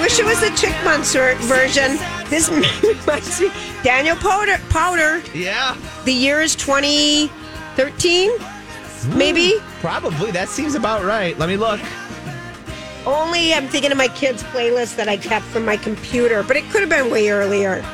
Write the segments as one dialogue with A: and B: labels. A: wish it was the Chick Munster version. This reminds me, Daniel Powder, Powder.
B: Yeah,
A: The year is 2013, maybe.
B: probably. That seems about right. Let me look.
A: Only I'm thinking of my kids' playlist that I kept from my computer, but it could have been way earlier.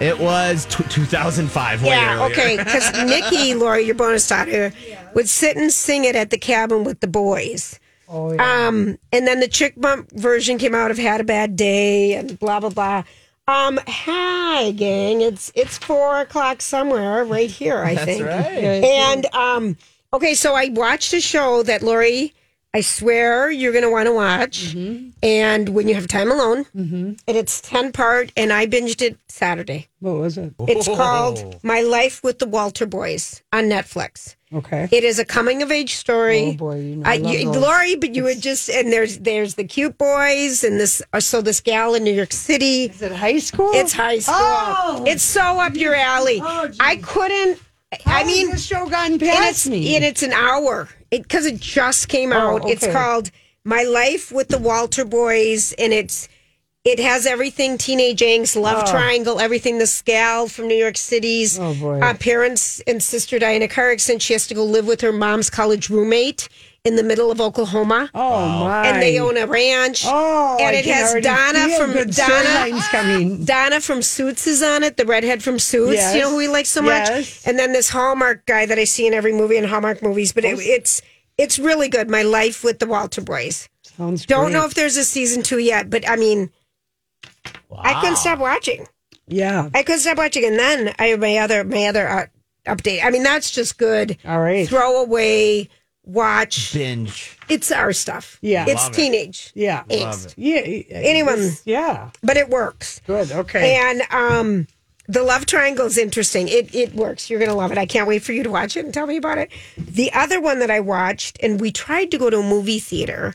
B: It was t- 2005. way
A: yeah,
B: earlier.
A: okay. Because Nikki, Laura, your bonus daughter, would sit and sing it at the cabin with the boys. Oh, yeah. Um, and then the chick bump version came out of "Had a Bad Day" and blah blah blah. Um, hi gang, it's it's four o'clock somewhere right here, I
B: That's
A: think.
B: right.
A: And um, okay, so I watched a show that Lori, I swear you're going to want to watch. And when you have time alone, and it's 10 part, and I binged it Saturday.
C: What was it?
A: It's
B: Whoa.
A: called My Life with the Walter Boys on Netflix.
C: Okay.
A: It is a coming of age story.
C: Oh, boy, you know,
A: I-
C: I love
A: you-
C: those.
A: Lori, but you would just and there's there's the cute boys and this uh, so this gal in New York City.
C: Is it high school?
A: It's high school.
C: Oh!
A: It's so up your alley.
C: Oh, geez.
A: I couldn't.
C: How
A: I
C: has
A: mean,
C: this show gotten
A: and
C: past
A: it's,
C: me. Oh,
A: and it's an hour because it, just came out. It's
C: okay.
A: called My Life with the Walter Boys, and it's it has everything teenage angst, love triangle, everything. The gal from New York City's
C: Oh, boy.
A: uh, parents and sister Diana Carrickson. She has to go live with her mom's college roommate in the middle of Oklahoma.
C: oh my!
A: And they own a ranch.
C: Oh,
A: and
C: I
A: it
C: can
A: has
C: already
A: Donna
C: feel
A: from
C: good
A: Donna.
C: storylines coming.
A: Donna from Suits is on it, the redhead from Suits.
C: Yes.
A: You know who we like so much.
C: Yes.
A: And then this Hallmark guy that I see in every movie and Hallmark movies, but it, it's it's really good. My life with the Walter Boys.
C: Sounds
A: Don't
C: great.
A: know if there's a season two yet, but I mean, I couldn't stop watching.
C: Yeah.
A: I couldn't stop watching, and then I my other my other uh, update. I mean, that's just good.
C: All right.
A: Throw away, watch.
B: Binge.
A: It's our stuff.
C: Yeah.
A: it's
B: Love it.
A: teenage
C: Yeah.
A: angst,
C: Yeah.
A: Anyone.
C: this- Yeah.
A: but it works.
C: Good. Okay.
A: And um, the love triangle is interesting. It it works. You're gonna love it. I can't wait for you to watch it and tell me about it. The other one that I watched, and we tried to go to a movie theater,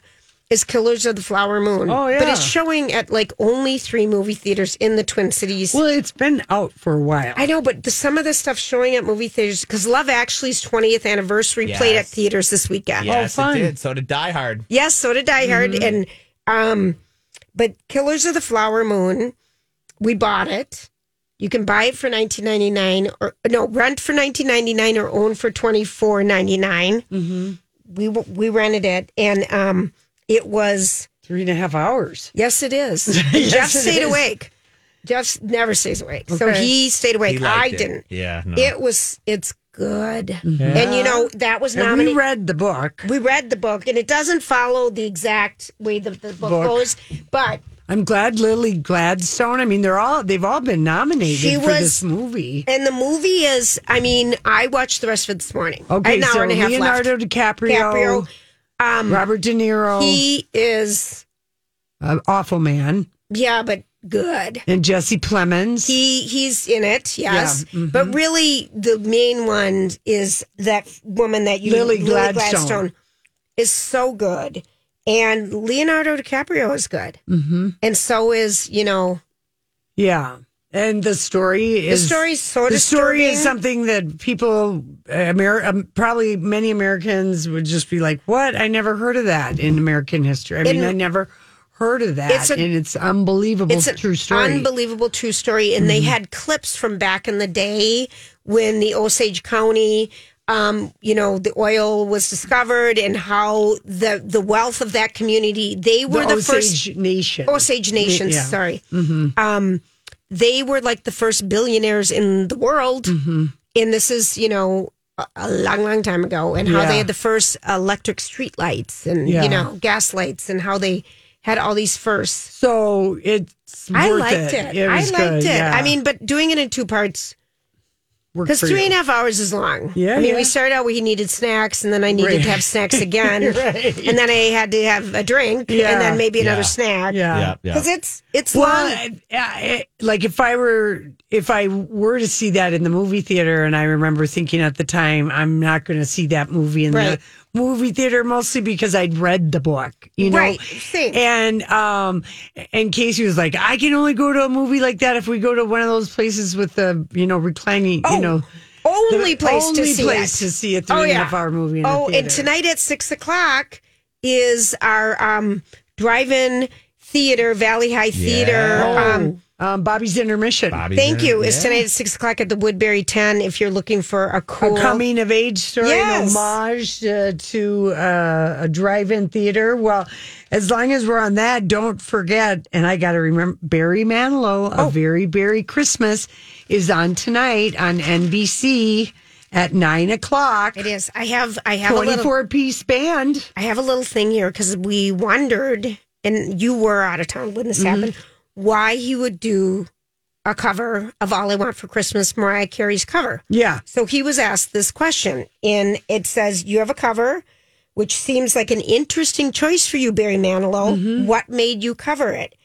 A: is Killers of the Flower Moon.
C: Oh, yeah.
A: but it's showing at like only three movie theaters in the Twin Cities.
C: well, it's been out for a while.
A: I know, but the, some of the stuff showing at movie theaters because Love Actually's 20th anniversary played at
B: Yes.
A: theaters this weekend.
B: Yes,
C: fun.
B: it did. So did Die Hard.
A: Yes, so did Die Hard.
C: Mm-hmm.
A: And um, but Killers of the Flower Moon, we bought it. You can buy it for nineteen ninety nine, or no, rent for nineteen ninety nine, or own for twenty four ninety nine.
C: Mm-hmm.
A: We w- we rented it, and um, it was
C: Three and a half hours.
A: yes, it is. Jeff
C: it
A: stayed
C: is.
A: awake. Jeff never stays awake, so
C: Okay.
A: he stayed awake.
B: He liked
A: I
B: it.
A: didn't.
B: Yeah. No.
A: It was it's good,
C: Mm-hmm.
A: and you know that was
C: And we
A: nominated
C: read the book.
A: we read the book and it doesn't follow the exact way the, the book,
C: Book.
A: goes but
C: I'm glad Lily Gladstone. I mean, they're all they've all been nominated
A: She
C: for
A: was-
C: this movie.
A: and the movie is i mean i watched the rest of it this morning
C: Okay,
A: an hour
C: so
A: and a half
C: Leonardo
A: left.
C: DiCaprio, Robert De Niro,
A: he is
C: uh, awful man,
A: yeah but good
C: and Jesse Plemons.
A: he he's in it yes
C: mm-hmm.
A: but really the main one is that woman that you
C: Lily Gladstone.
A: is so good and leonardo dicaprio is good mm-hmm. and so is you know
C: yeah, and the story
A: the
C: is
A: story's so
C: the story is
A: disturbing.
C: something that people, uh, Amer- um, probably many Americans would just be like, "What? I never heard of that in American history. I mean,
A: And-
C: I never heard of that,
A: It's a-
C: and it's unbelievable.
A: it's an
C: true story. Mm-hmm.
A: unbelievable true story and they had clips from back in the day when the osage county um, you know the oil was discovered and how the the wealth of that community they
C: the
A: were the,
C: Osage
A: first
C: Nation.
A: osage nations
C: Yeah. Mm-hmm.
A: sorry um, they were like the first billionaires in the world
C: Mm-hmm.
A: and this is you know a- a long, long time ago, and how
C: Yeah.
A: they had the first electric street lights and
C: Yeah.
A: you know gas lights, and how they had all these firsts.
C: So it's
A: I
C: worth
A: liked it.
C: it.
A: I
C: was
A: liked
C: good,
A: it.
C: yeah.
A: I mean, but doing it in two parts
C: Worked
A: because
C: for
A: three
C: you.
A: and a half hours is long.
C: Yeah,
A: I mean,
C: yeah.
A: we started out where he needed snacks, and then I needed
C: Right.
A: to have snacks again,
C: Right.
A: and then I had to have a drink,
C: Yeah.
A: and then maybe another
B: Yeah.
A: snack.
C: Yeah.
B: yeah. Yeah.
A: because it's it's
C: Well,
A: long.
C: I, I, like if I were if I were to see that in the movie theater, and I remember thinking at the time, I'm not going to see that movie in
A: Right.
C: the movie theater, mostly because I'd read the book, you know.
A: Right, same.
C: And um, and Casey was like, I can only go to a movie like that if we go to one of those places with the you know reclining,
A: Oh,
C: you know, the
A: Only place to
C: only
A: see
C: place
A: it.
C: to see a three and a half hour movie. In a
A: oh,
C: theater.
A: and tonight at six o'clock is our um, drive-in Theater, Valley High Theater.
B: Yeah. Oh.
A: Um,
C: Um, Bobby's intermission.
B: Bobby.
A: thank you. It's
B: Yeah.
A: tonight at six o'clock at the Woodbury Ten. If you're looking for a
C: A
A: cool
C: coming of age story,
A: Yes.
C: an homage uh, to uh, a drive-in theater. Well, as long as we're on that, don't forget. And I got to remember Barry Manilow,
A: Oh.
C: A Very Berry Christmas, is on tonight on NBC at nine o'clock.
A: It is. I have. I have a little.
C: Twenty-four-piece band.
A: I have a little thing here because we wondered, and you were out of town when this happened, why he would do a cover of All I Want for Christmas, Mariah Carey's cover.
C: Yeah.
A: So he was asked this question, and it says, You have a cover, which seems like an interesting choice for you, Barry Manilow. What made you cover it?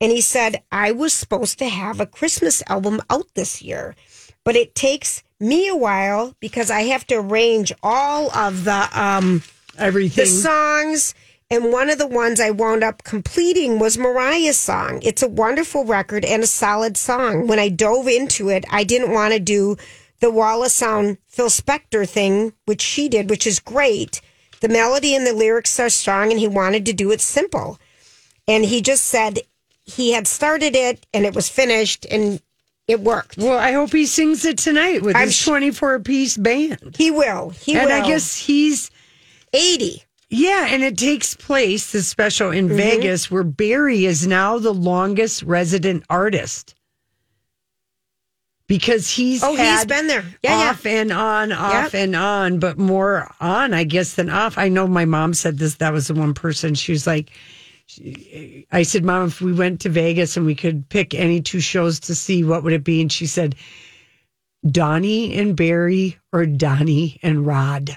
A: And he said, I was supposed to have a Christmas album out this year, but it takes me a while because I have to arrange all of the um,
C: Everything.
A: the songs. And one of the ones I wound up completing was Mariah's song. It's a wonderful record and a solid song. When I dove into it, I didn't want to do the wall of sound Phil Spector thing, which she did, which is great. The melody and the lyrics are strong, and he wanted to do it simple. And he just said he had started it and it was finished and it worked.
C: well, I hope he sings it tonight with
A: I'm
C: his
A: sh-
C: twenty-four-piece band.
A: He will. He
C: And
A: will.
C: I guess he's
A: 80.
C: Yeah, and it takes place, this special in
A: Mm-hmm.
C: Vegas, where Barry is now the longest resident artist. Because he's
A: Oh, he's
C: had
A: been there. Yeah, yeah.
C: off and on, off and on, but more on, I guess, than off. I know my mom said this. That was the one person she was like, she- I said, Mom, if we went to Vegas and we could pick any two shows to see, what would it be? And she said, Donnie and Barry or Donnie and Rod.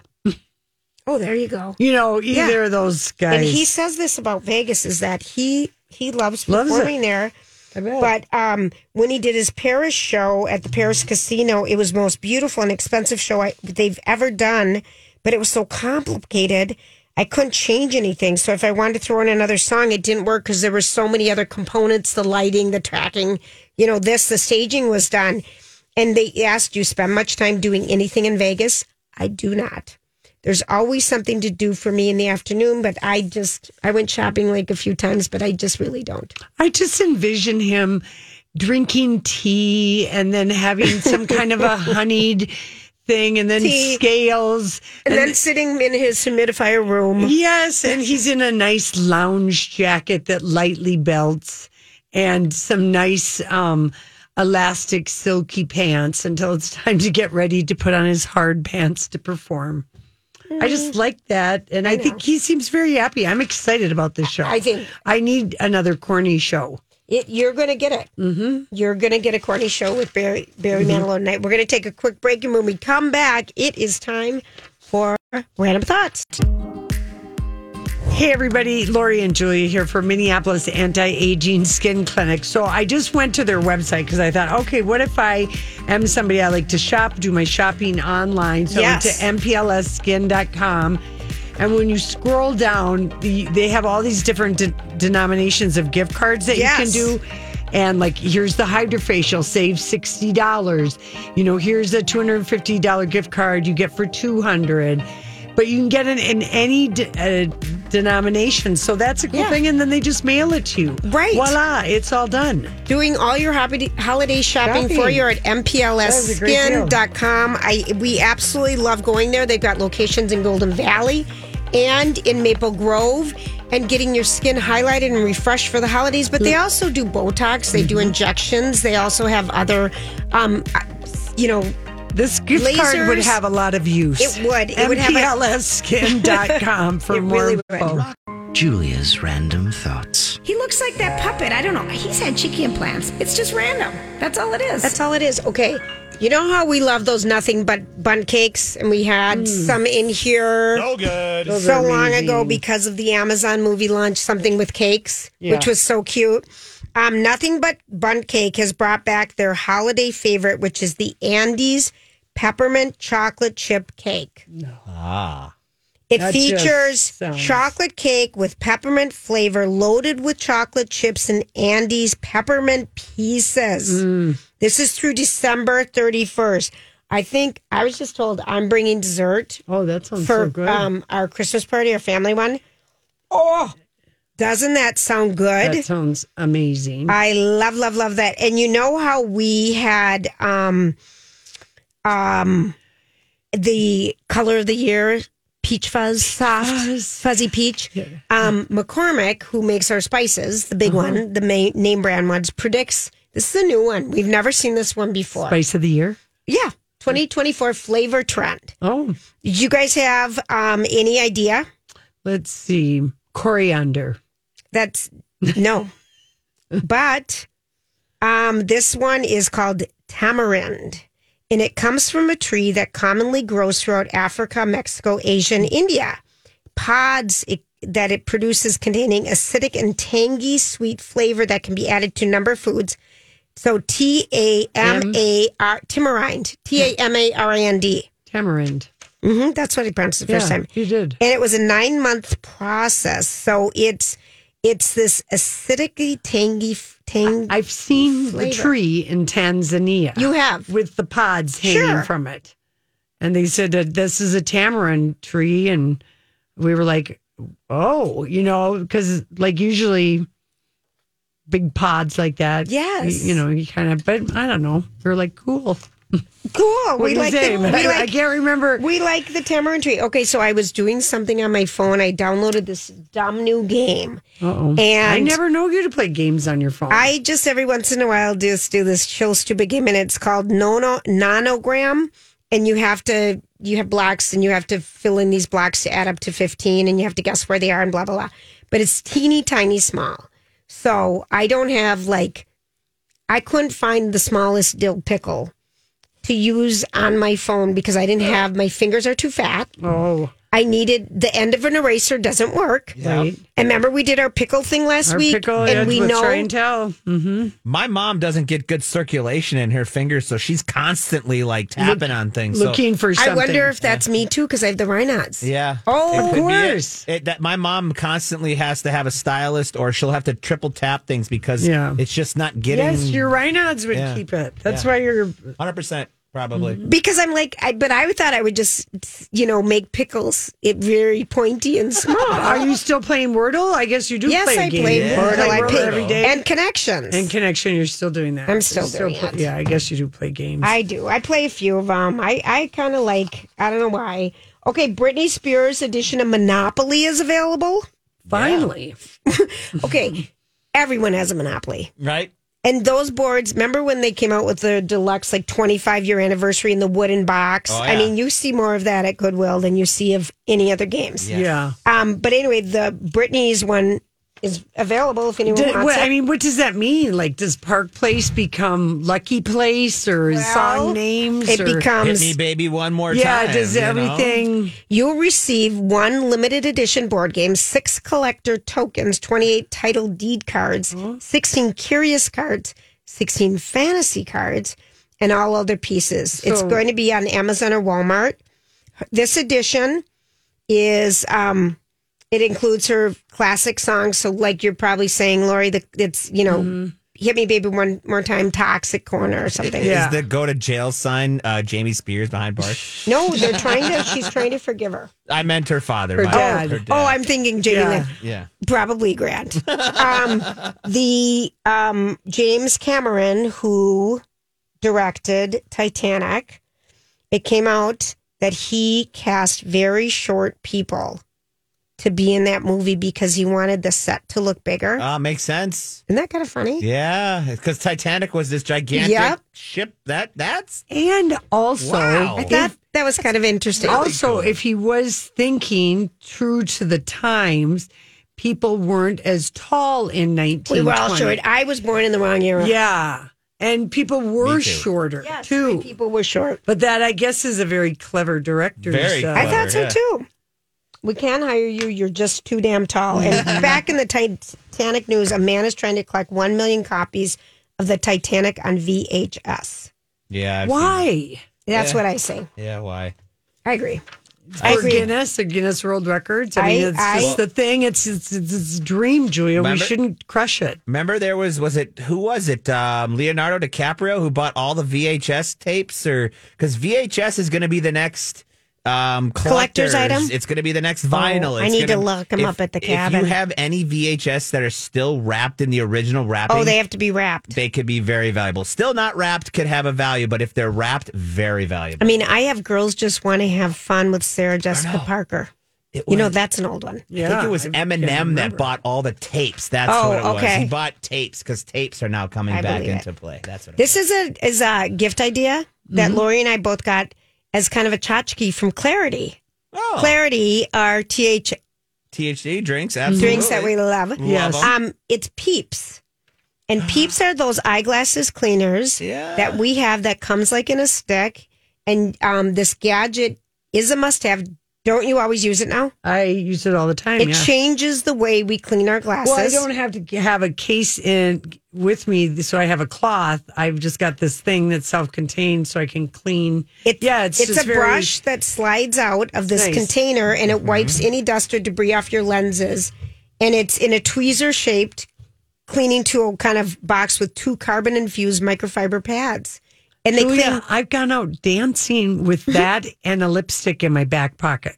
A: Oh, there you go.
C: You know, either of those guys.
A: And he says this about Vegas is that he he loves
C: Loves it.
A: performing there.
C: I bet.
A: But um, when he did his Paris show at the Paris Casino, it was the most beautiful and expensive show I, they've ever done. But it was so complicated, I couldn't change anything. So if I wanted to throw in another song, it didn't work because there were so many other components: the lighting, the tracking, you know, this, the staging was done. And they asked, "Do you spend much time doing anything in Vegas?" I do not. There's always something to do for me in the afternoon, but I just I went shopping like a few times, but I just really don't.
C: I just envision him drinking tea and then having some kind of a honeyed thing and then
A: Tea.
C: scales.
A: And, then sitting in his humidifier room.
C: Yes, and he's in a nice lounge jacket that lightly belts and some nice um elastic silky pants until it's time to get ready to put on his hard pants to perform. I just like that and I, think he seems very happy. I'm excited about this show.
A: I think-
C: I need another corny show.
A: It, you're going to get it. Mm-hmm. You're going to get a corny show with Barry, Barry Manilow tonight. We're going to take a quick break, and when we come back, it is time for Random Thoughts.
C: Hey, everybody. Lori and Julia here for Minneapolis Anti Aging Skin Clinic. So I just went to their website because I thought, okay, what if I am somebody I like to shop, do my shopping online? So
A: Yes.
C: I went to mplsskin.com. And when you scroll down, the, they have all these different de- denominations of gift cards that
A: Yes.
C: you can do. And like, here's the hydrofacial, save sixty dollars. You know, here's a two hundred and fifty dollar gift card you get for two hundred. But you can get it in any de- uh, denomination, so that's a cool
A: Yeah.
C: thing. And then they just mail it to you.
A: Right.
C: Voila, it's all done.
A: Doing all your hobby, holiday shopping,
C: Shopping.
A: for you at
C: That was a great deal.
A: mplsskin.com. I, we absolutely love going there. They've got locations in Golden Valley and in Maple Grove and getting your skin highlighted and refreshed for the holidays. But
C: Mm.
A: they also do Botox, they
C: Mm-hmm.
A: do injections, they also have other, um, uh, you know,
C: This gift card would
A: Lasers.
C: have a lot of use.
A: It would. It would have a-
C: MPLSSkin.com for
A: It
C: more
A: really would.
C: info.
D: Julia's random thoughts.
E: He looks like that puppet. I don't know. He's had cheeky implants. It's just random. That's all it is.
A: That's all it is. Okay. You know how we love those nothing but bun cakes, and we had
C: Mm.
A: some in here
B: So good.
A: so long ago because of the Amazon movie launch, something with cakes, which was so cute. Um, nothing but bun cake has brought back their holiday favorite, which is the Andes peppermint chocolate chip cake.
B: Ah.
A: It
C: That just
A: features
C: sounds-
A: chocolate cake with peppermint flavor, loaded with chocolate chips and Andes peppermint pieces.
C: Mm.
A: This is through December 31st. I think I was just told I'm bringing dessert
C: Oh, that sounds so
A: for
C: good.
A: um, our Christmas party, our family one. Oh, Doesn't that sound good?
C: That sounds amazing.
A: I love, love, love that. And you know how we had um um the color of the year peach fuzz soft
C: fuzz.
A: fuzzy peach um mccormick who makes our spices the big
C: Uh-huh.
A: one the main name brand ones predicts this is a new one we've never seen this one before
C: Spice of the year.
A: yeah 2024 flavor trend
C: Oh,
A: did you guys have um any idea
C: let's see. Coriander.
A: That's no. but um, this one is called tamarind, and it comes from a tree that commonly grows throughout Africa, Mexico, Asia, and India. Pods it, that it produces containing acidic and tangy sweet flavor that can be added to a number of foods. So T A M A R tamarind, T A M A R I N D.
C: Tamarind.
A: Mhm, That's what he pronounced the first
C: Yeah,
A: time
C: You did.
A: and it was a nine month process. So it's it's this acidically tangy tang.
C: I've seen
A: Flavor.
C: the tree in Tanzania.
A: you have
C: with the pods hanging
A: Sure.
C: from it. And they said that this is a tamarind tree. And we were like, oh, you know, because like usually big pods like that.
A: Yes.
C: You, you know, you kind of, but I don't know. We were like, cool.
A: cool.
C: What do
A: We
C: you
A: like
C: say?
A: the,
C: But
A: we
C: I, I
A: like
C: can't remember.
A: we like the tamarind tree. Okay, so I was doing something on my phone. I downloaded this dumb new game.
C: Uh-oh. I
A: And-
C: never know you to play games on your phone.
A: I just every once in a while just do this chill stupid game, and it's called nono nonogram. And you have to you have blocks, and you have to fill in these blocks to add up to fifteen, and you have to guess where they are, and blah blah blah. But it's teeny tiny small, so I don't have like I couldn't find the smallest dill pickle to use on my phone because I didn't have my fingers are too fat.
C: oh,
A: I needed the end of an eraser doesn't work.
C: right.
A: And remember we did our pickle thing last
C: Our
A: week,
C: pickle,
A: and
C: and
A: we
C: let's
A: know
C: try and tell. Mm-hmm.
B: My mom doesn't get good circulation in her fingers, so she's constantly like tapping on things. so-
C: Looking for something.
A: I wonder if that's me too because I have the rhinots.
B: Yeah.
A: Oh,
B: It
A: of
B: could be it.
C: course.
B: It- that my mom constantly has to have a stylist, or she'll have to triple tap things because
C: Yeah.
B: it's just not getting.
C: Yes, your rhinods would
B: Mm. Yeah.
C: keep it. That's
B: Yeah.
C: why you're.
B: hundred percent probably.
A: Because I'm like, I, but I thought I would just, you know, make pickles it very pointy and small.
C: Are you still playing Wordle? I guess you do
A: yes,
C: play a
A: I
C: game.
A: played
B: Yeah.
A: Wordle. I
B: Wordle
A: played
C: every day.
A: and connections.
C: And connection, you're still doing that.
A: I'm still
C: You're
A: doing
C: pl-
A: it.
C: Yeah, I guess you do play games.
A: I do. I play a few of them. I I kind of like. I don't know why. Okay, Britney Spears edition of Monopoly is available.
C: Finally,
A: Okay, everyone has a Monopoly.
B: Right?
A: And those boards, remember when they came out with the deluxe, like 25 year anniversary in the wooden box?
B: Oh,
A: I
B: yeah.
A: mean, you see more of that at Goodwill than you see of any other games.
B: Yeah.
C: yeah.
A: Um, but anyway, the Britney's one is available if anyone
C: Did-
A: wants
C: what,
A: it.
C: I mean, what does that mean? Like, does Park Place become Lucky Place or
A: Well,
C: song names?
A: it
C: or,
B: Hit
A: becomes
B: me, baby, one more
C: yeah.
B: time.
C: Does
B: you know?
C: everything?
A: you'll receive one limited edition board game, six collector tokens, 28 title deed cards, 16 curious cards, 16 fantasy cards, and all other pieces. it's
C: So-
A: going to be on Amazon or Walmart. This edition is um it includes her classic songs. So like you're probably saying, Lori, that it's, you know, hit me baby one more time, Toxic Corner or something.
C: Mm-hmm. Yeah.
B: Is the go to jail sign uh, Jamie Spears behind bars?
A: No, they're trying to. She's trying to forgive her.
B: I meant her father.
C: Her
B: my-
C: dad.
B: her
A: Oh, I'm thinking Jamie.
C: Yeah.
A: Lynn.
B: Yeah.
A: Probably Grant. Um, the um, James Cameron, who directed Titanic, it came out that he cast very short people to be in that movie because he wanted the set to look bigger.
B: Uh, makes sense.
A: Isn't that kind of funny?
B: Yeah, because Titanic was this gigantic
A: Yep.
B: ship. That that's
C: And also,
B: Wow.
A: I thought that was kind of interesting.
C: also, if he was thinking true to the times, people weren't as tall in 1920.
A: we were all short. I was born in the wrong era.
C: Yeah, and people were
B: too.
C: shorter
A: Yes,
C: too.
A: three people were short.
C: But that, I guess, is a very clever uh, director.
B: Very
C: so-
A: I thought so
B: Yeah.
A: too. We can hire you. You're just too damn tall. And back in the Titanic news, a man is trying to collect 1 million copies of the Titanic on VHS.
B: yeah. I've
C: Why?
A: That's
B: Yeah.
A: what I say.
B: seen- yeah. Why?
A: I agree. I
C: Or
A: agree.
C: Guinness, or Guinness World Records. I mean,
A: I-
C: it's
A: I-
C: just the thing. It's it's, it's, it's a dream, Julia. We
B: Remember-
C: shouldn't crush it.
B: Remember there was was it who was it um, Leonardo DiCaprio who bought all the VHS tapes or because VHS is going to be the next um,
A: Collector's
B: collectors.
A: item? Oh,
B: It's going to be the next vinyl.
A: I
B: It's
A: need to
B: gonna-
A: look 'em
B: if-
A: up at the
B: If
A: cabin.
B: you have any VHS that are still wrapped in the original wrapping,
A: Oh, they have to be wrapped.
B: they could be very valuable. Still not wrapped could have a value, but if they're wrapped, very
A: I
B: valuable.
A: mean, I have girls just want to have fun with Sarah Jessica Parker. you know, that's an old one.
B: I think it was
C: I
B: Eminem that bought all the tapes. That's
A: Oh,
B: what it was.
A: okay.
B: He bought tapes because tapes are now coming
A: I
B: back
A: believe
B: into play. That's what. It
A: This is a is a gift idea that Lori and I both got as kind of a tchotchke from Clarity.
B: was. Oh,
A: Clarity are th
B: THC drinks, absolutely.
A: drinks that we love.
C: Yes.
B: Love 'em.
A: Um, it's Peeps, and Peeps are those eyeglasses cleaners
B: Yeah.
A: that we have that comes like in a stick. And um, this gadget is a must-have. Don't you always use it now?
C: I use it all the time.
A: It
C: yeah.
A: changes the way we clean our glasses.
C: Well, I don't have to have a case in with me, so I have a cloth. I've just got this thing that's self-contained, so I can clean.
A: It's,
C: yeah, it's,
A: it's
C: just
A: a
C: very-
A: brush that slides out of this
C: Nice. Mm-hmm.
A: container and it wipes any dust or debris off your lenses. And it's in a tweezer shaped cleaning tool kind of box with two carbon infused microfiber pads. And they
C: Julia,
A: clean.
C: I've gone out dancing with that and a lipstick in my back pocket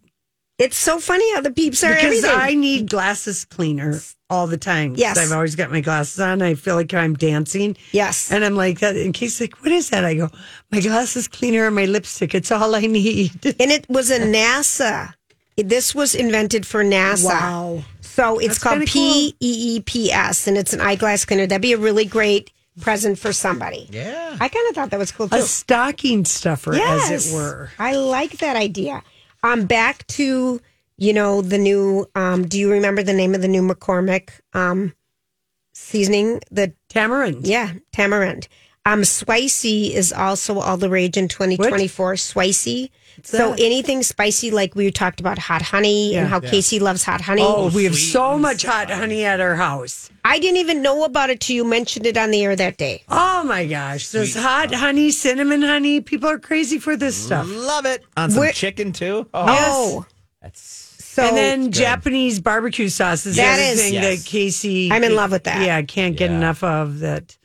A: It's so funny how the peeps are
C: because
A: everything.
C: I need glasses cleaner all the time. 'cause
A: Yes.
C: I've always got my glasses on. I feel like I'm dancing.
A: yes.
C: And I'm like, that in case, like, what is that? I go, my glasses cleaner and my lipstick. It's all I need.
A: And it was a NASA. This was invented for NASA. So it's
C: That's
A: called
C: kinda cool.
A: P E E P S and it's an eyeglass cleaner. That'd be a really great present for somebody.
B: Yeah.
A: I kind of thought that was cool too.
C: A stocking stuffer, as
A: Yes.
C: it were.
A: I like that idea. Um, back to you know the new. Um, do you remember the name of the new McCormick um, seasoning? The
C: Tamarind.
A: yeah tamarind. Um, spicy is also all the rage in 2024. Spicy. So
C: that?
A: anything spicy, like we talked about hot honey and how Casey loves hot honey.
C: Oh, we have so much hot honey at our house.
A: I didn't even know about it till you mentioned it on the air that day.
C: Oh my gosh. There's hot honey, cinnamon honey. People are crazy for this
A: Mm-hmm.
C: stuff.
B: love it on some
A: We're-
B: chicken too. Oh,
A: Oh,
B: that's
A: so
C: and then Japanese barbecue sauce is
A: That
C: the other
A: is-
C: thing
B: Yes.
C: that Casey.
A: I'm in love with that.
C: Yeah, can't get
B: Yeah.
C: enough of that.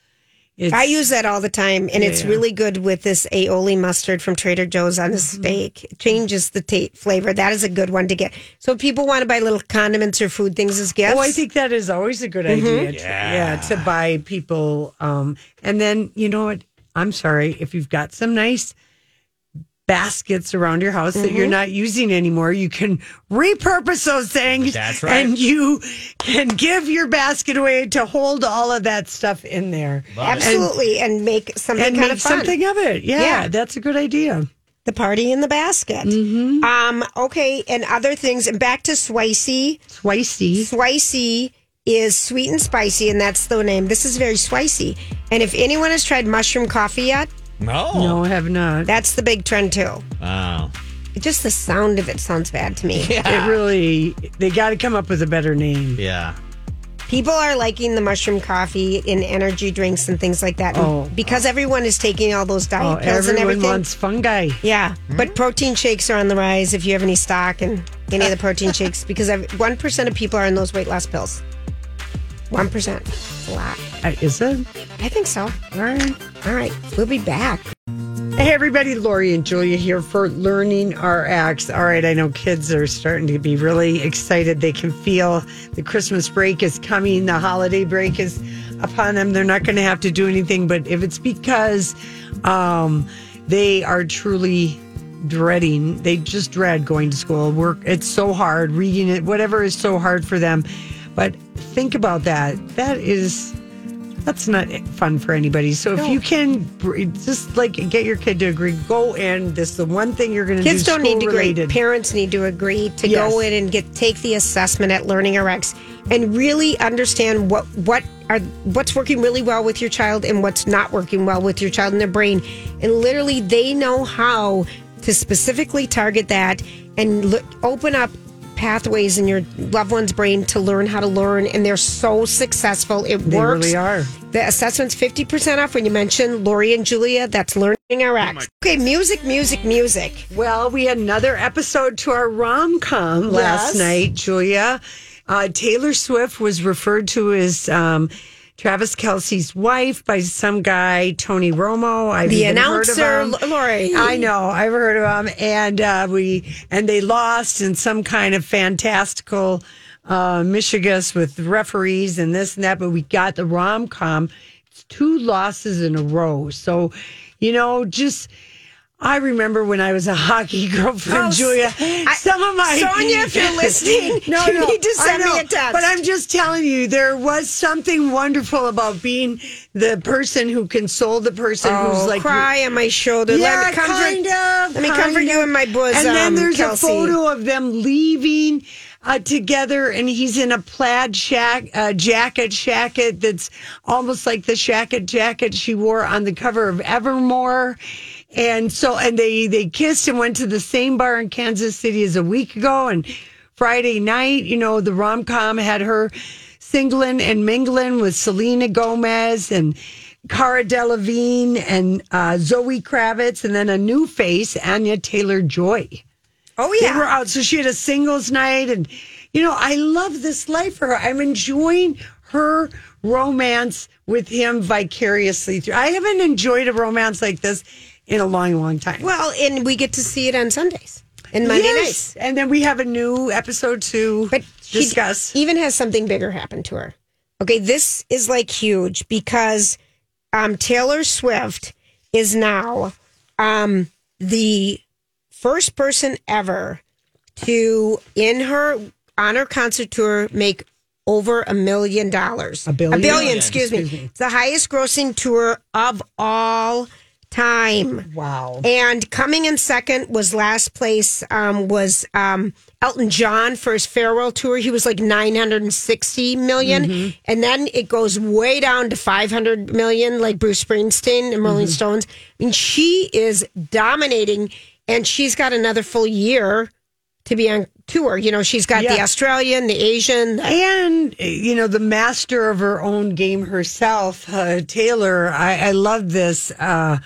C: It's,
A: I use that all the time, and it's
C: Yeah.
A: really good with this aioli mustard from Trader Joe's on the
C: Mm-hmm.
A: steak. It changes the ta- flavor. That is a good one to get. So if people want to buy little condiments or food things as gifts.
C: Oh, I think that is always a good
A: Mm-hmm.
C: idea. to- Yeah. to buy people. Um, and then you know what? I'm sorry if you've got some nice baskets around your house that you're
A: Mm-hmm.
C: not using anymore. You can repurpose those things.
B: That's right.
C: And you can give your basket away to hold all of that stuff in there
A: absolutely, and, make something
C: and
A: kind
C: make
A: of fun.
C: something of it. Yeah,
A: Yeah.
C: that's a good idea.
A: The party in the basket.
C: Mm-hmm.
A: Um, okay, and other things. And back to Swicey.
C: Spicy.
A: Swicey is sweet and spicy, and that's the name. This is very swicey. And if anyone has tried mushroom coffee yet,
B: no.
C: No, I have not.
A: that's the big trend too.
B: Wow.
A: Just the sound of it sounds bad to me.
C: It really, they got to come up with a better name.
B: Yeah.
A: People are liking the mushroom coffee in energy drinks and things like that. And
C: Oh.
A: because everyone is taking all those
C: Oh,
A: diet pills and
C: everyone
A: everything.
C: wants fungi.
A: yeah, but protein shakes are on the rise if you have any stock in any of the protein shakes because I've- 1% of people are on those weight loss pills. 1%. It's a lot.
C: Uh, Is it?
A: I think so.
C: All right.
A: All right, we'll be back.
C: Hey, everybody, Lori and Julia here for Learning RX. All right, I know kids are starting to be really excited. They can feel the Christmas break is coming, the holiday break is upon them. They're not going to have to do anything, but if it's because um, they are truly dreading, they just dread going to school, work, it's so hard, reading it, whatever is so hard for them. But think about that. That is that's not fun for anybody. So if you can br- just like get your kid to agree, go in. This is the one thing you're going to do.
A: Kids don't need to agree.
C: school-related.
A: Parents need to agree to go
C: Yes.
A: in and get take the assessment at Learning RX and really understand what what are what's working really well with your child and what's not working well with your child in their brain. And literally, they know how to specifically target that and look, open up pathways in your loved one's brain to learn how to learn. And they're so successful. It
C: They
A: works.
C: really are.
A: The assessment's 50% off when you mention Lori and Julia. That's Learning RX. okay, music, music, music.
C: Well, we had another episode to our rom com last
A: Yes.
C: night, Julia. Uh, Taylor Swift was referred to as um, Travis Kelsey's wife by some guy, Tony Romo. I've
A: The
C: even heard of
A: announcer,
C: him.
A: L- Lori.
C: I know, I've heard of him, and uh, we and they lost in some kind of fantastical uh, Michigas with referees and this and that. But we got the rom com. It's two losses in a row, so you know just. I remember when I was a hockey girlfriend,
A: Oh,
C: Julia.
A: I-
C: some of my
A: Sonia, if you're listening, you need to
C: I
A: send me
C: know,
A: a text.
C: But I'm just telling you, there was something wonderful about being the person who consoled the person
A: Oh,
C: who's like
A: cry on my shoulder. let me comfort,
C: kind of.
A: let me
C: kind
A: comfort you
C: of.
A: in my bosom.
C: And then there's
A: Kelsey.
C: a photo of them leaving uh, together, and he's in a plaid shack, uh, jacket, jacket that's almost like the jacket jacket she wore on the cover of Evermore. And so, and they they kissed and went to the same bar in Kansas City as a week ago. And Friday night, you know, the rom com had her singling and mingling with Selena Gomez and Cara Delevingne and uh, Zoe Kravitz, and then a new face, Anya Taylor Joy.
A: Oh
C: They were
A: yeah,
C: out, so she had a singles night, and you know, I love this life for her. I'm enjoying her romance with him vicariously through. I haven't enjoyed a romance like this in a long, long time.
A: well, and we get to see it on Sundays and Monday nights.
C: yes, and then we have a new episode to
A: but she
C: discuss.
A: even has something bigger happen to her. Okay, this is like huge because um, Taylor Swift is now um, the first person ever to, in her on her concert tour, make over a million dollars. A
C: billion?
A: excuse, me. It's the highest grossing tour of all time.
C: wow.
A: And coming in second was last place um, was um, Elton John for his farewell tour. He was like 960 million.
C: Mm-hmm.
A: And then it goes way down to 500 million, like Bruce Springsteen and
C: Mm-hmm.
A: Rolling Stones. I mean, she is dominating and she's got another full year to be on tour. You know, she's got the
C: Yeah.
A: Australian, the Asian, the
C: and you know the master of her own game herself uh, taylor i, I love this uh,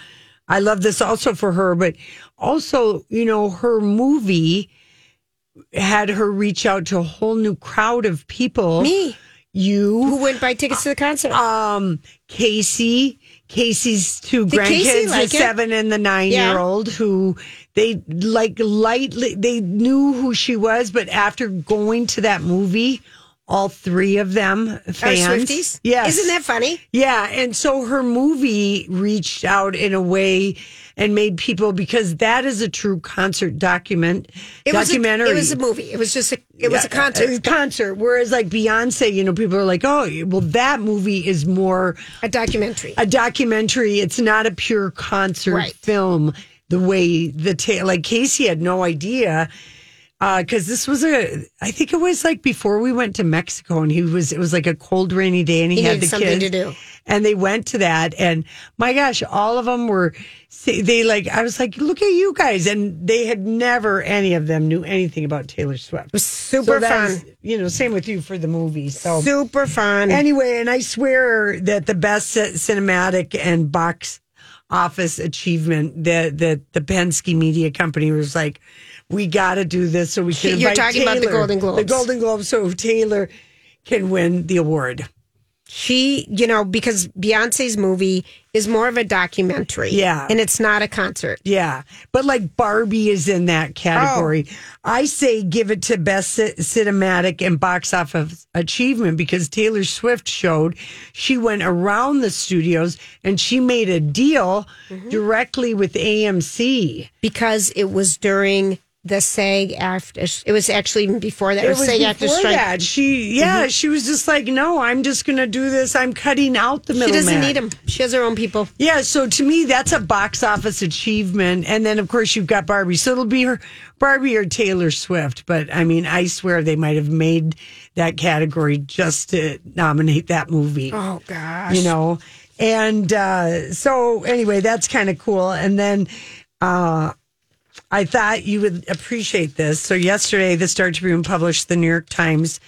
C: i love this also for her but also you know her movie had her reach out to a whole new crowd of people
A: me
C: you
A: who wouldn't buy tickets to the concert.
C: um casey casey's two
A: Did
C: grandkids
A: Casey like
C: the
A: it?
C: seven and the nine year old who they like lightly they knew who she was but after going to that movie all three of them
A: Our
C: fans
A: Swifties?
C: yes
A: Isn't that funny?
C: yeah, and so her movie reached out in a way and made people because that is a true concert document
A: It was, a,
C: documentary.
A: it was a movie. It was just a, it was a
C: Yeah,
A: concert.
C: a concert. Whereas like Beyonce, you know, people are like, "Oh, well, that movie is more
A: a documentary.
C: a documentary. It's not a pure concert
A: Right.
C: film the way the ta- like Casey had no idea because this was a I think it was like before we went to Mexico and he was it was like a cold rainy day and he,
A: He
C: had
A: needed
C: the
A: something
C: kids
A: to do.
C: and they went to that and my gosh all of them were they like I was like look at you guys and they had never any of them knew anything about Taylor Swift
A: super
C: that
A: fun.
C: is, you know same with you for the movie so
A: super fun.
C: Anyway, and I swear that the best ci- cinematic and box office achievement that that the Penske Media Company was like, we got to do this so we can.
A: You're
C: invite
A: talking about the
C: Taylor,
A: Golden
C: the
A: Globes.
C: Golden Globes, so Taylor can win the award.
A: she, you know, because Beyonce's movie is more of a documentary.
C: Yeah.
A: And it's not a concert.
C: Yeah, but like Barbie is in that
A: Oh.
C: category. I say give it to best ci- cinematic and box office achievement because Taylor Swift showed she went around the studios and she made a deal
A: Mm-hmm.
C: directly with AMC.
A: Because it was during the SAG after, it was actually even before that, or
C: It was
A: SAG after
C: before
A: strike. Mm-hmm.
C: that. She yeah, she was just like, no, I'm just going to do this. I'm cutting out the
A: She
C: middleman.
A: doesn't need them. She has her own people.
C: Yeah, so to me, that's a box office achievement. And then, of course, you've got Barbie. So it'll be her, Barbie or Taylor Swift. But I mean, I swear they might have made that category just to nominate that movie,
A: Oh, gosh.
C: you know? And uh, so, anyway, that's kind of cool. And then uh, I thought you would appreciate this. So, yesterday, the Star Tribune published the New York Times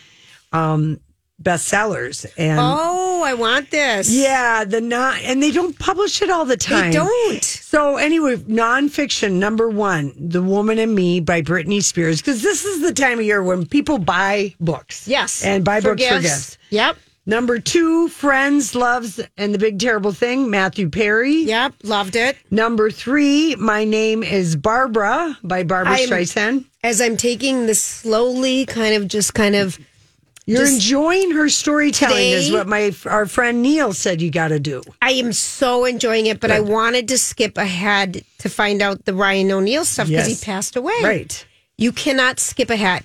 C: um, bestsellers. And
A: Oh, I want this.
C: yeah, the non and they don't publish it all the time.
A: They don't.
C: So anyway, nonfiction number one, "The Woman and Me" by Britney Spears, because this is the time of year when people buy books.
A: Yes.
C: and buy books for gifts.
A: Yep.
C: Number two, Friends, Loves, and the Big Terrible Thing, Matthew Perry.
A: Yep, loved it.
C: Number three, My Name is Barbara by Barbara
A: I'm-
C: Streisand.
A: As I'm taking this slowly, kind of just kind of
C: You're
A: Just
C: enjoying her storytelling, is
A: today-
C: what my our friend Neil said you got to do.
A: I am so enjoying it, but I wanted to skip ahead to find out the Ryan O'Neal stuff because
C: Yes.
A: he passed away.
C: Right.
A: You cannot skip ahead.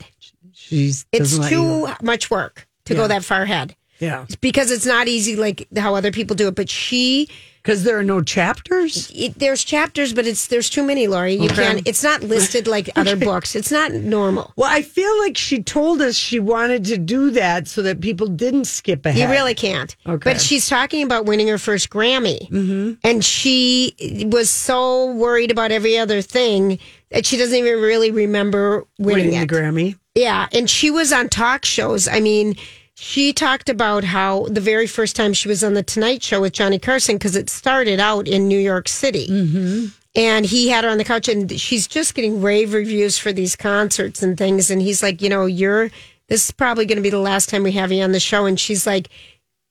C: She's
A: It's
C: doesn't let you-
A: too much work to go that far ahead
C: yeah
A: because it's not easy like how other people do it. But she,
C: because there are no chapters.
A: it, there's chapters, but it's there's too many, Lori. You can't. It's not listed like other books. It's not normal.
C: Well, I feel like she told us she wanted to do that so that people didn't skip ahead.
A: You really can't.
C: Okay.
A: But she's talking about winning her first Grammy. Mm-hmm. And she was so worried about every other thing that she doesn't even really remember winning,
C: winning
A: it.
C: the Grammy.
A: Yeah, and she was on talk shows. I mean, she talked about how the very first time she was on the Tonight Show with Johnny Carson because it started out in New York City, mm-hmm. and he had her on the couch, and she's just getting rave reviews for these concerts and things, and he's like, you know, you're this is probably going to be the last time we have you on the show, and she's like,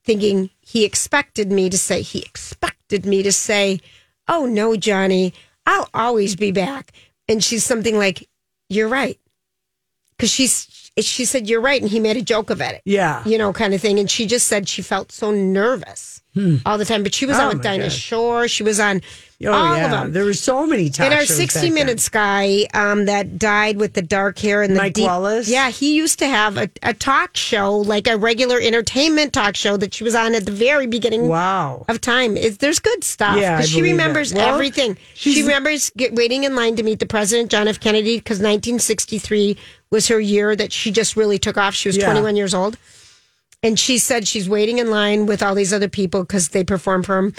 A: thinking he expected me to say he expected me to say oh no johnny i'll always be back and she's something like you're right because she's she said you're right and he made a joke about it
C: Yeah.
A: you know kind of thing and she just said she felt so nervous all the time but she was
C: Oh,
A: on with
C: my
A: dinah
C: God.
A: shore she was on
C: Oh
A: all
C: yeah.
A: of them
C: There were so many talk
A: and our
C: shows
A: 60
C: back
A: Minutes guy um, that died with the dark hair and the
C: Mike
A: deep,
C: Wallace?
A: Yeah, he used to have a, a talk show, like a regular entertainment talk show that she was on at the very beginning
C: Then. Wow.
A: of time. It, there's good stuff.
C: Yeah, I
A: 'cause she
C: believe that.
A: remembers
C: Well,
A: everything. She
C: she's-
A: remembers get, waiting in line to meet the president, John F. Kennedy, because 1963 was her year that she just really took off. She was
C: Yeah.
A: 21 years old. And she said she's waiting in line with all these other people because they perform for him.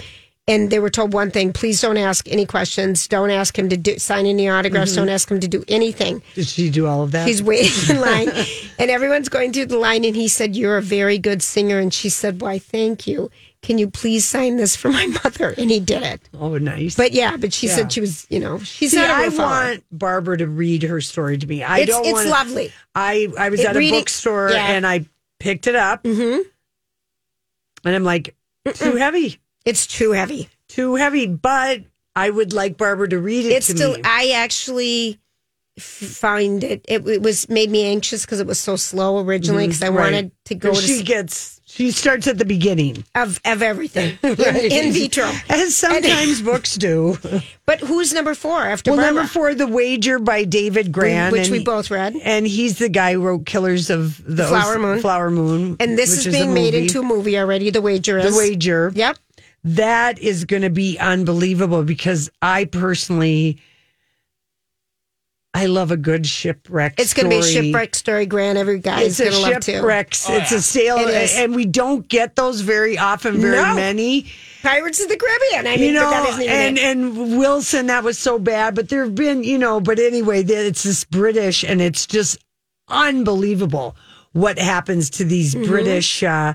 A: And they were told one thing please don't ask any questions. Don't ask him to do, sign any autographs.
C: Mm-hmm.
A: Don't ask him to do anything.
C: Did she do all of that?
A: He's waiting in line, and everyone's going through the line. And he said, "You're a very good singer." And she said, "Why, thank you. Can you please sign this for my mother?" And he did it.
C: oh, nice.
A: But yeah, but she
C: Yeah.
A: said she was, you know, she's
C: See,
A: not a
C: I
A: real follower.
C: want Barbara to read her story to me. I
A: It's,
C: don't
A: it's
C: want.
A: lovely.
C: I I was
A: It-
C: at a
A: reading-
C: bookstore
A: yeah. Mm-hmm.
C: and I picked it up and I'm like too heavy,
A: It's too heavy.
C: too heavy. But I would like Barbara to read it.
A: It's
C: to
A: still.
C: me.
A: I actually f- find it. It, it was made me anxious because it was so slow originally because I
C: Mm-hmm. Right.
A: wanted to go to
C: she
A: s-
C: gets she starts at the beginning
A: of of everything in, in vitro.
C: as sometimes books do.
A: But who's number four after
C: Well,
A: Barbara?
C: number four, the wager by David Grant,
A: which
C: and-
A: we both read.
C: and he's the guy who wrote Killers of the
A: Flower Moon.
C: Flower Moon,
A: And this is
C: which a
A: being made
C: movie.
A: into a movie already. The wager
C: the
A: is.
C: wager.
A: Yep.
C: that is going to be unbelievable because I personally, I love a good shipwreck.
A: It's going to be a
C: story.
A: shipwreck story, Grant. Every guy
C: It's
A: is
C: a
A: going to love to.
C: shipwreck. it's a sail,
A: It is.
C: and we don't get those very often. Very
A: No.
C: many,
A: Pirates of the Caribbean. I mean,
C: you
A: but
C: know.
A: that isn't even
C: And
A: it.
C: and Wilson, that was so bad. But there have been, you know. But anyway, th- it's this British, and it's just unbelievable what happens to these
A: Mm-hmm.
C: British. Uh,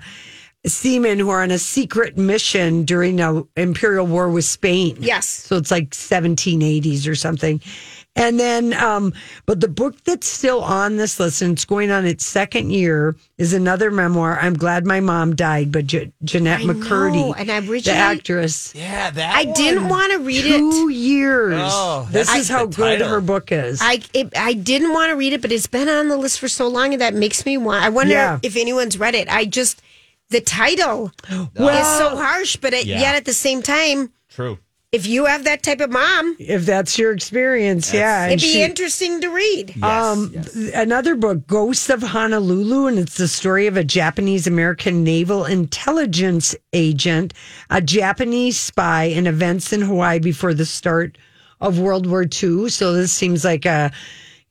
C: Seamen who are on a secret mission during a imperial war with Spain.
A: yes.
C: So it's like 1780s or something. And then, um, but the book that's still on this list and it's going on its second year is another memoir. I'm glad my mom died, but Je- Jeanette
A: I
C: McCurdy,
A: know, and I
C: the
A: originally-
C: actress,
B: Yeah, that
A: I didn't
B: one.
A: want to read it.
C: two years.
B: Oh,
C: this
B: that's
C: is how
B: the
C: good
B: title.
C: her book is.
A: I it, I didn't want to read it, but it's been on the list for so long, and that makes me want. I wonder
C: Yeah.
A: if anyone's read it. I just the title is so harsh, but it,
B: Yeah.
A: yet at the same time,
B: True.
A: if you have that type of mom,
C: if that's your experience, yeah. and
A: it'd be
C: she-
A: interesting to read.
C: Um, th- another book, Ghosts of Honolulu, and it's the story of a Japanese American naval intelligence agent, a Japanese spy, and events in Hawaii before the start of World War II. So this seems like a,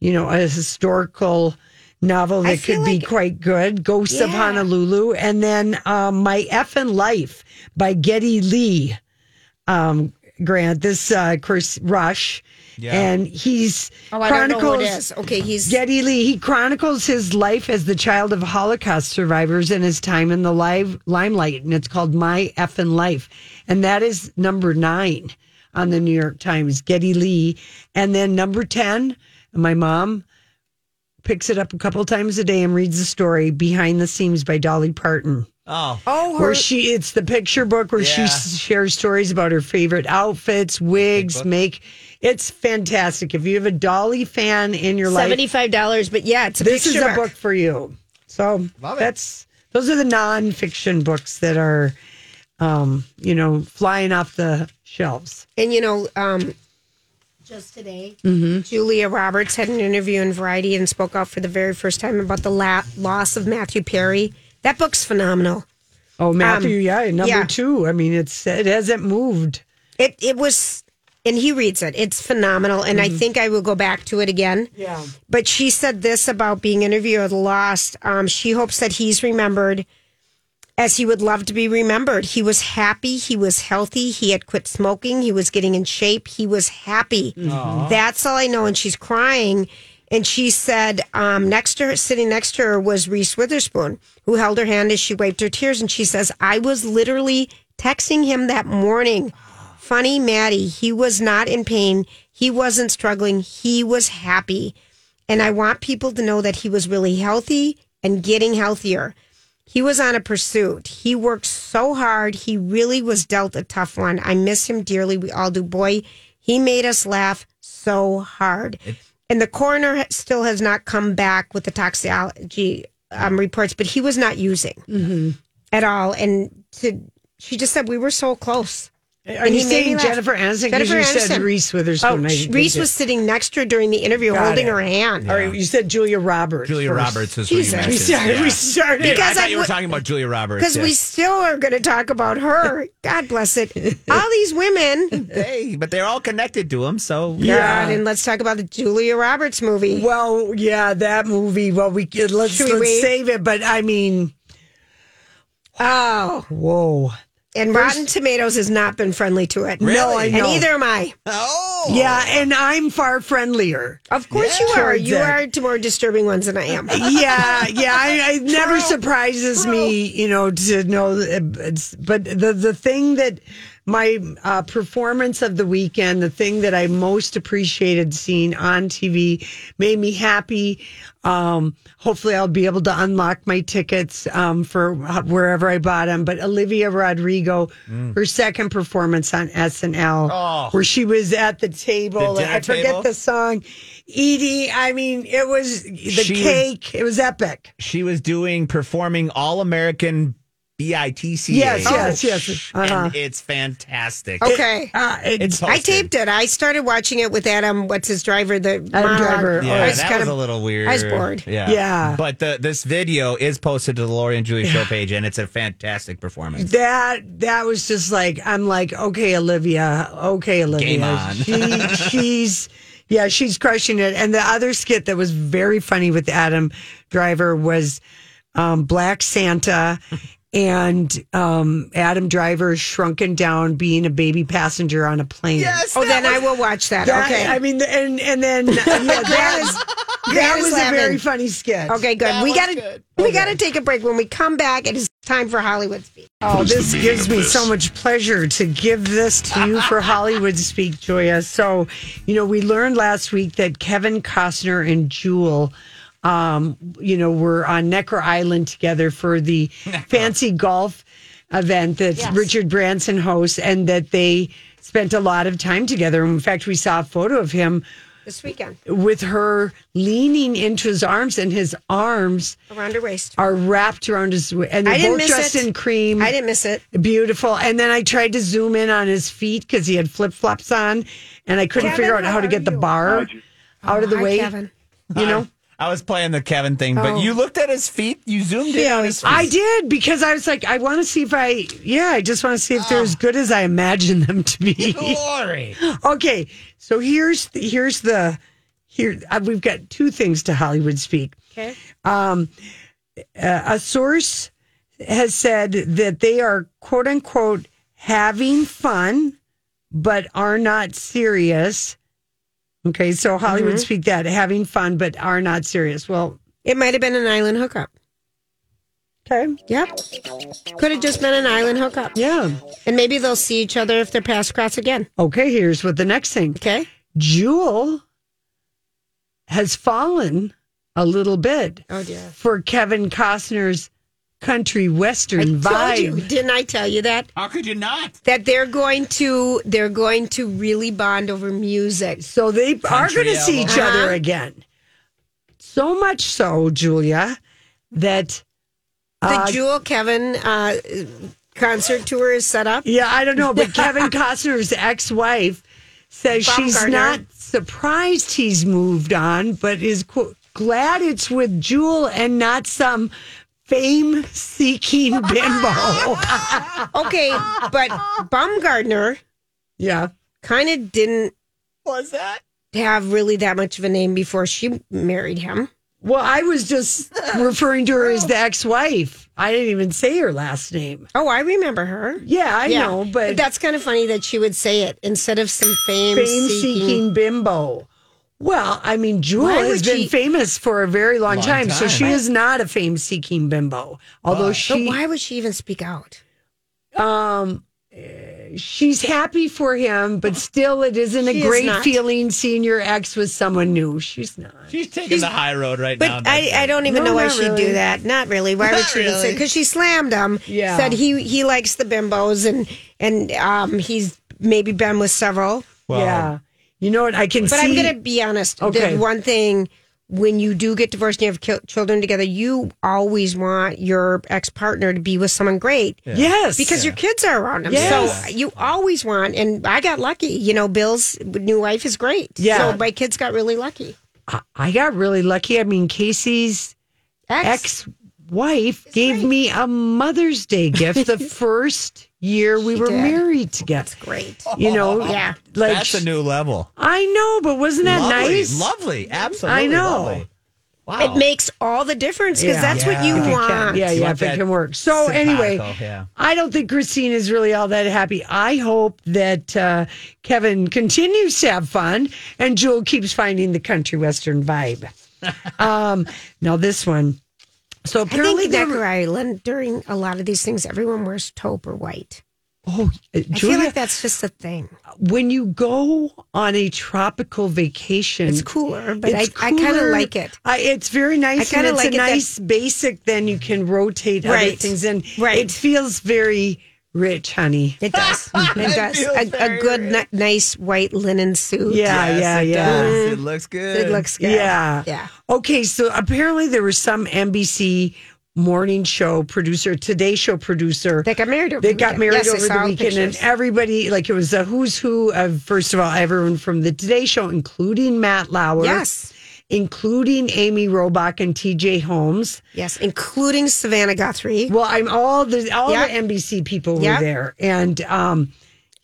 C: you know, a historical novel
A: I
C: that could
A: feel
C: be
A: like-
C: quite good. Ghosts of
A: Yeah.
C: Honolulu, and then um, My Effin' Life by Getty Lee. Um, Grant, this uh, of course Rush, and he's
A: Oh, I don't know what it is. Okay, he's
C: Getty Lee, he chronicles his life as the child of Holocaust survivors and his time in the live limelight, and it's called My Effin' Life, and that is number nine on the New York Times. Getty Lee, and then number ten, my mom picks it up a couple times a day and reads the story behind the scenes by Dolly Parton.
B: Oh,
A: Oh, her
C: where she it's the picture book where she
B: Yeah.
C: s- shares stories about her favorite outfits, wigs, make. It's fantastic. If you have a Dolly fan in your life,
A: seventy-five dollars. But yeah, it's a
C: this is
A: picture
C: a book for you. So
B: Love it.
C: that's those are the nonfiction books that are, um, you know, flying off the shelves.
A: And you know, um, Mm-hmm. just today, Julia Roberts had an interview in Variety and spoke out for the very first time about the la- loss of Matthew Perry. That book's phenomenal.
C: Oh, Matthew, yeah, number
A: yeah.
C: two. I mean, it's it hasn't moved.
A: It it was, and he reads it. It's phenomenal, and I think I will go back to it again.
C: Yeah.
A: But she said this about being interviewed lost. Um, she hopes that he's remembered as he would love to be remembered. He was happy. He was healthy. He had quit smoking. He was getting in shape. He was happy. That's all I know. And she's crying. And she said, um, next to her, sitting next to her was Reese Witherspoon, who held her hand as she wiped her tears. And she says, I was literally texting him that morning. Funny Maddie, he was not in pain. He wasn't struggling. He was happy. And I want people to know that he was really healthy and getting healthier. He was on a pursuit. He worked so hard. He really was dealt a tough one. I miss him dearly. We all do. Boy, he made us laugh so hard. and the coroner ha- still has not come back with the toxicology um, reports, but he was not using at all. And to, she just said, we were so close.
C: Are
A: And
C: you
A: he made me
C: saying
A: laugh.
C: Jennifer Aniston? 'Cause
A: Jennifer
C: you said
A: Aniston.
C: Reese Witherspoon.
A: Oh,
C: I
A: sh- Reese
C: did.
A: was sitting next to her during the interview,
C: Got
A: holding
C: it.
A: her hand.
C: All right, you said Julia Roberts.
B: Julia
C: first.
B: Roberts is
A: Jesus.
B: who you
C: We
B: mentioned.
C: started.
B: Yeah.
C: We
B: Yeah,
C: started.
B: I
A: Because
B: thought
A: I
B: you were
A: w-
B: talking about Julia Roberts.
A: because
B: yeah.
A: we still are going to talk about her. God bless it. All these women.
B: Hey, but they're all connected to him, so
A: God, and let's talk about the Julia Roberts movie.
C: Well, yeah, that movie. Well, we could- let's
A: Should we
C: let's
A: wait?
C: save it. But I mean,
A: Oh,
C: whoa.
A: and Rotten Tomatoes has not been friendly to it.
B: No, I
A: And
C: know.
A: neither am I.
B: Oh,
C: Yeah, and I'm far friendlier.
A: Of course you are. You are to more disturbing ones than I am.
C: yeah, yeah. I, it never surprises me, you know, to know. that It's, but the the thing that my uh, performance of the weekend, the thing that I most appreciated seeing on TV, made me happy. Um, hopefully, I'll be able to unlock my tickets um, for wherever I bought them. But Olivia Rodrigo, her second performance on SNL,
B: Hmm. Oh.
C: where she was at the table,
B: The
C: and I
B: dinner
C: forget
B: table?
C: the song. Edie, I mean, it was the
B: She was-
C: cake. it was epic.
B: she was doing performing All American BITCA.
C: Yes, yes, yes. Uh-huh.
B: And it's fantastic.
A: Okay.
C: Uh, it-
B: It's
A: I
B: hosted.
A: taped it. I started watching it with Adam, what's his driver, the monologue.
C: Driver.
B: Yeah,
A: I
B: that
A: was kind
B: was
A: of-
B: a little weird.
A: I was bored.
B: Yeah,
C: Yeah.
B: But the, this video is posted to the Lori and Julie show page, and it's a fantastic performance.
C: that that was just like I'm like okay Olivia okay Olivia
B: Game on.
C: she, she's yeah she's crushing it and the other skit that was very funny with Adam Driver was um, Black Santa and um, Adam Driver shrunken down being a baby passenger on a plane
A: oh, then I will watch that.
C: That-
A: okay.
C: I mean, the- and and then yeah, that is that
A: is
C: was a
A: heaven.
C: very funny sketch.
A: okay, good. we got to we got to take a break. When we come back, it is time for Hollywood Speak.
C: Oh, this gives me so much pleasure to give this to you for Hollywood Speak, Joya. So, you know, we learned last week that Kevin Costner and Jewel, um, you know, were on Necker Island together for the fancy golf event that Richard Branson hosts, and that they spent a lot of time together. In fact, we saw a photo of him
A: This weekend
C: with her leaning into his arms, and his arms
A: around her waist.
C: are wrapped around his and
A: I
C: they're
A: didn't
C: both
A: miss
C: dressed
A: it.
C: in cream.
A: I didn't miss it.
C: Beautiful. And then I tried to zoom in on his feet because he had flip flops on, and I couldn't
A: Kevin,
C: figure out
A: how
C: how to
A: are
C: get the
A: you?
C: bar out of the
A: Hi,
C: way.
A: Kevin.
C: You know,
B: I was playing the Kevin thing, but you looked at his feet. You zoomed in on his feet.
C: Oh. I did because I was like, I want to see if I, yeah, I just want to see if they're as good as I imagine them to be.
B: Lori.
C: okay, so here's the, here's the here uh, we've got two things to Hollywood speak. Um, uh,
A: Okay.
C: a source has said that they are quote unquote having fun but are not serious. Okay, so Hollywood speak that having fun but are not serious. Well,
A: It might have been an island hookup.
C: okay,
A: Yep. Could have just been an island hookup.
C: yeah.
A: And maybe they'll see each other if their paths cross again.
C: Okay, here's what the next thing.
A: Okay.
C: Jewel has fallen a little bit
A: Oh, dear.
C: for Kevin Costner's country western
A: I told you,
C: vibe.
A: didn't I tell you that?
F: How could you not?
A: That they're going to they're going to really bond over music.
C: So they are
B: Country
C: going to see each
A: album.
C: other
A: Uh-huh.
C: again. So much so, Julia, that
A: The Jewel Kevin uh, concert tour is set up.
C: Yeah, I don't know, but Kevin Costner's ex-wife says she's
A: Baumgartner.
C: not surprised he's moved on, but is quote, glad it's with Jewel and not some fame-seeking bimbo.
A: Okay, but Baumgartner
C: yeah,
A: kind of didn't
C: was that?
A: have really that much of a name before she married him.
C: Well, I was just referring to her as the ex-wife. I didn't even say her last name.
A: Oh, I remember her.
C: Yeah, I know, but
A: that's kind of funny that she would say it instead of some fame,
C: fame
A: seeking.
C: seeking bimbo. Well, I mean, Jewel
A: Why
C: has
A: would
C: been
A: she-
C: famous for a very long,
B: Long
C: time, so
B: time.
C: she is not a fame seeking bimbo. Although
A: But
C: she
A: why would she even speak out?
C: um eh, she's happy for him, but still it isn't
A: She
C: a
A: is
C: great
A: not.
C: feeling seeing your ex with someone new. She's not.
F: She's taking the high road right now.
A: But I, I don't even
C: No,
A: know why
C: not
A: she'd
C: really.
A: do that. Not really. Why would she say? Because she slammed him.
C: Yeah.
A: Said he he likes the bimbos and and um he's maybe been with several.
C: yeah. You know what? I can
A: But
C: see
A: I'm going to be honest.
C: Okay.
A: The one thing when you do get divorced and you have ki- children together, you always want your ex partner to be with someone great.
C: Yes.
A: Because your kids are around them. So
C: Yes.
A: you always want, and I got lucky. You know, Bill's new wife is great.
C: Yeah.
A: So my kids got really lucky.
C: I, I got really lucky. I mean, Casey's ex wife gave me a Mother's Day gift the first year we
A: She
C: were
A: did.
C: married together.
A: Great.
C: You know,
A: Yeah.
C: like
B: That's a new level.
C: I know, but wasn't that
B: lovely,
C: nice?
B: lovely, absolutely.
C: I know.
B: lovely. Wow.
A: It makes all the difference because
C: Yeah.
A: that's what you
B: Yeah. If
C: If it
A: want.
C: can. Yeah,
B: You
C: yeah,
B: want
C: if it
B: that
C: can work. So anyway,
B: simpatico, yeah.
C: I don't think Christine is really all that happy. I hope that uh, Kevin continues to have fun and Jewel keeps finding the country western vibe. um, now this one. So
A: I think
C: apparently,
A: in
C: there-
A: Decker Island, during a lot of these things, everyone wears taupe or white.
C: oh, uh,
A: I
C: Julia,
A: feel like that's just a thing.
C: when you go on a tropical vacation,
A: It's cooler, but I,
C: It's
A: I kind of
C: cooler.
A: like it.
C: I, it's very nice.
A: I
C: and
A: kinda
C: it's
A: like
C: a
A: it that-
C: nice basic. Then you can rotate other
A: Right.
C: things, and
A: Right.
C: it feels very rich, honey.
A: It does. it does. A, a good, ni- nice white linen suit.
C: Yeah,
B: Yes,
C: yeah,
B: it
C: yeah.
B: does. It looks good.
A: It looks good.
C: Yeah.
A: Yeah.
C: Okay, so apparently there was some NBC morning show producer, Today Show producer.
A: They got married over
C: They
A: the weekend.
C: got married
A: Yes, I
C: over
A: saw
C: the
A: all
C: weekend, and
A: pictures.
C: everybody, like, it was a who's who of, first of all, everyone from the Today Show, including Matt Lauer.
A: Yes.
C: Including Amy Robach and TJ Holmes.
A: Yes. Including Savannah Guthrie.
C: Well, I'm all the all
A: Yeah.
C: the NBC people were
A: Yeah.
C: there, and um,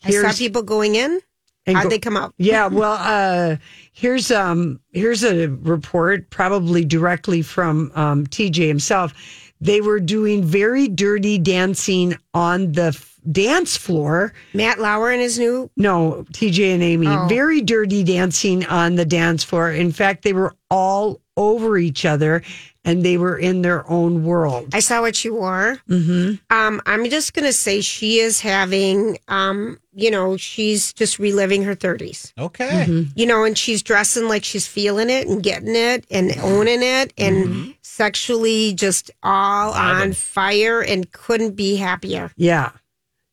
A: I saw
C: here's-
A: people going in.
C: and
A: How'd
C: go-
A: Uh, they come out?
C: Yeah, well, uh, here's um, here's a report, probably directly from um, TJ himself. They were doing very dirty dancing on the f- dance floor.
A: Matt Lauer and his new.
C: No, TJ and Amy,
A: Oh.
C: very dirty dancing on the dance floor. In fact, they were all over each other, and they were in their own world.
A: I saw what she wore.
C: Mm-hmm.
A: Um, I'm just gonna say she is having, um, you know, she's just reliving her 30s.
B: Okay.
C: Mm-hmm.
A: You know, and she's dressing like she's feeling it and getting it and owning it and
C: Mm-hmm.
A: sexually just all on fire and couldn't be happier.
C: Yeah.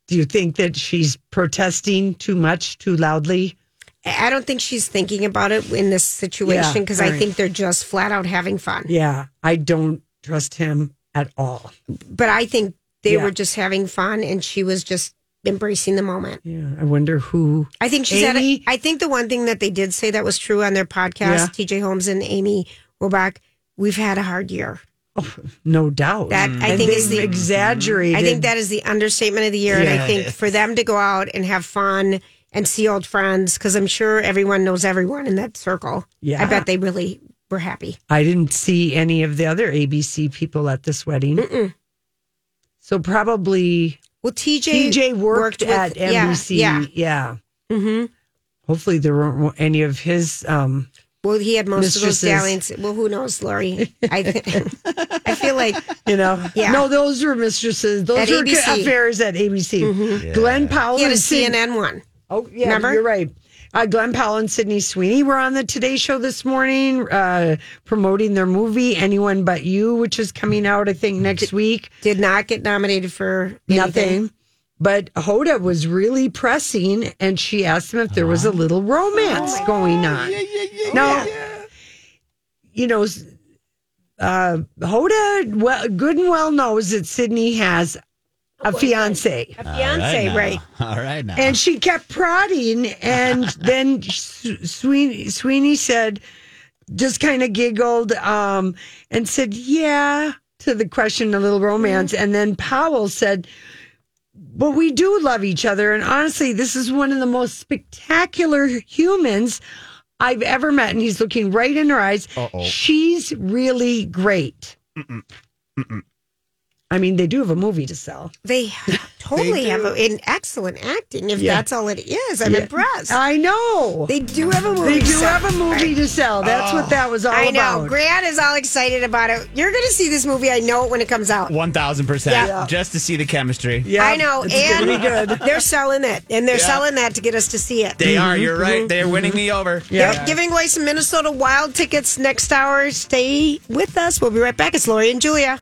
C: Do you think that she's protesting too much, too loudly?
A: I I don't think she's thinking about it in this situation
C: Yeah,
A: because
C: all
A: I
C: right.
A: think they're just flat out having fun.
C: Yeah, I don't trust him at all.
A: But I think they
C: Yeah.
A: were just having fun and she was just embracing the moment.
C: Yeah, I wonder who.
A: I think she's at a,
C: Amy-
A: I think the one thing that they did say that was true on their
C: Yeah.
A: podcast, TJ Holmes and Amy Robach, we've had a hard year.
C: Oh, no doubt.
A: That I
C: And
A: think
C: they've
A: is the
C: exaggerated.
A: I think that is the understatement of the year. and
B: Yeah,
A: I
B: it
A: think for them to go out and have fun and see old friends, because I'm sure everyone knows everyone in that circle.
C: Yeah.
A: I bet they really were happy.
C: I didn't see any of the other ABC people at this wedding. So probably
A: Well, TJ,
C: TJ worked,
A: with-
C: at NBC.
A: Yeah.
C: Yeah.
A: yeah. hmm
C: Hopefully there weren't any of his. Um,
A: Well, he had most
C: Mistresses.
A: of those dalliances. Well, who knows, Lori? I, I feel like
C: you know,
A: Yeah.
C: No, those were mistresses. Those
A: At
C: were
A: ABC.
C: affairs at ABC. Glenn
A: Mm-hmm.
C: Powell
A: he had a
C: and Sid-
A: CNN one.
C: Oh yeah,
A: Remember?
C: you're right. Uh, Glenn Powell and Sydney Sweeney were on the Today Show this morning uh, promoting their movie, Anyone But You, which is coming out, I think, next week.
A: Did not get nominated for anything.
C: Nothing. But Hoda was really pressing, and she asked him if there
A: Uh-huh.
C: was a little romance
A: Oh,
C: going on. now, you know, s- uh, Hoda well, good and well knows that Sydney has a fiance,
A: A fiance,
F: now.
A: right?
F: All right now.
C: and she kept prodding, and then Swe- Sweeney, Sweeney said, just kind of giggled, um, and said, "Yeah." To the question, a little romance, and then Powell said. But we do love each other. And honestly, this is one of the most spectacular humans I've ever met. And he's looking right in her eyes. She's really great. I mean, they do have a movie to sell.
A: They totally have a, an excellent acting. If
C: Yeah.
A: that's all it is, I'm impressed.
C: I know. They,
A: they do have a movie.
C: do
A: so-
C: have a movie to sell. That's what that was all
A: I know.
C: about.
A: Grant is all excited about it. You're going to see this movie. I know it when it comes out.
F: One thousand
C: Yeah.
F: percent, just to see the chemistry.
C: Yeah,
A: I know.
C: It's
A: and
C: gonna be good.
A: they're selling it, and they're selling that to get us to see it.
F: They
C: Mm-hmm.
F: are. You're right. They're winning me over.
A: Yep. Giving away some Minnesota Wild tickets next hour. Stay with us. We'll be right back. It's Lori and Julia.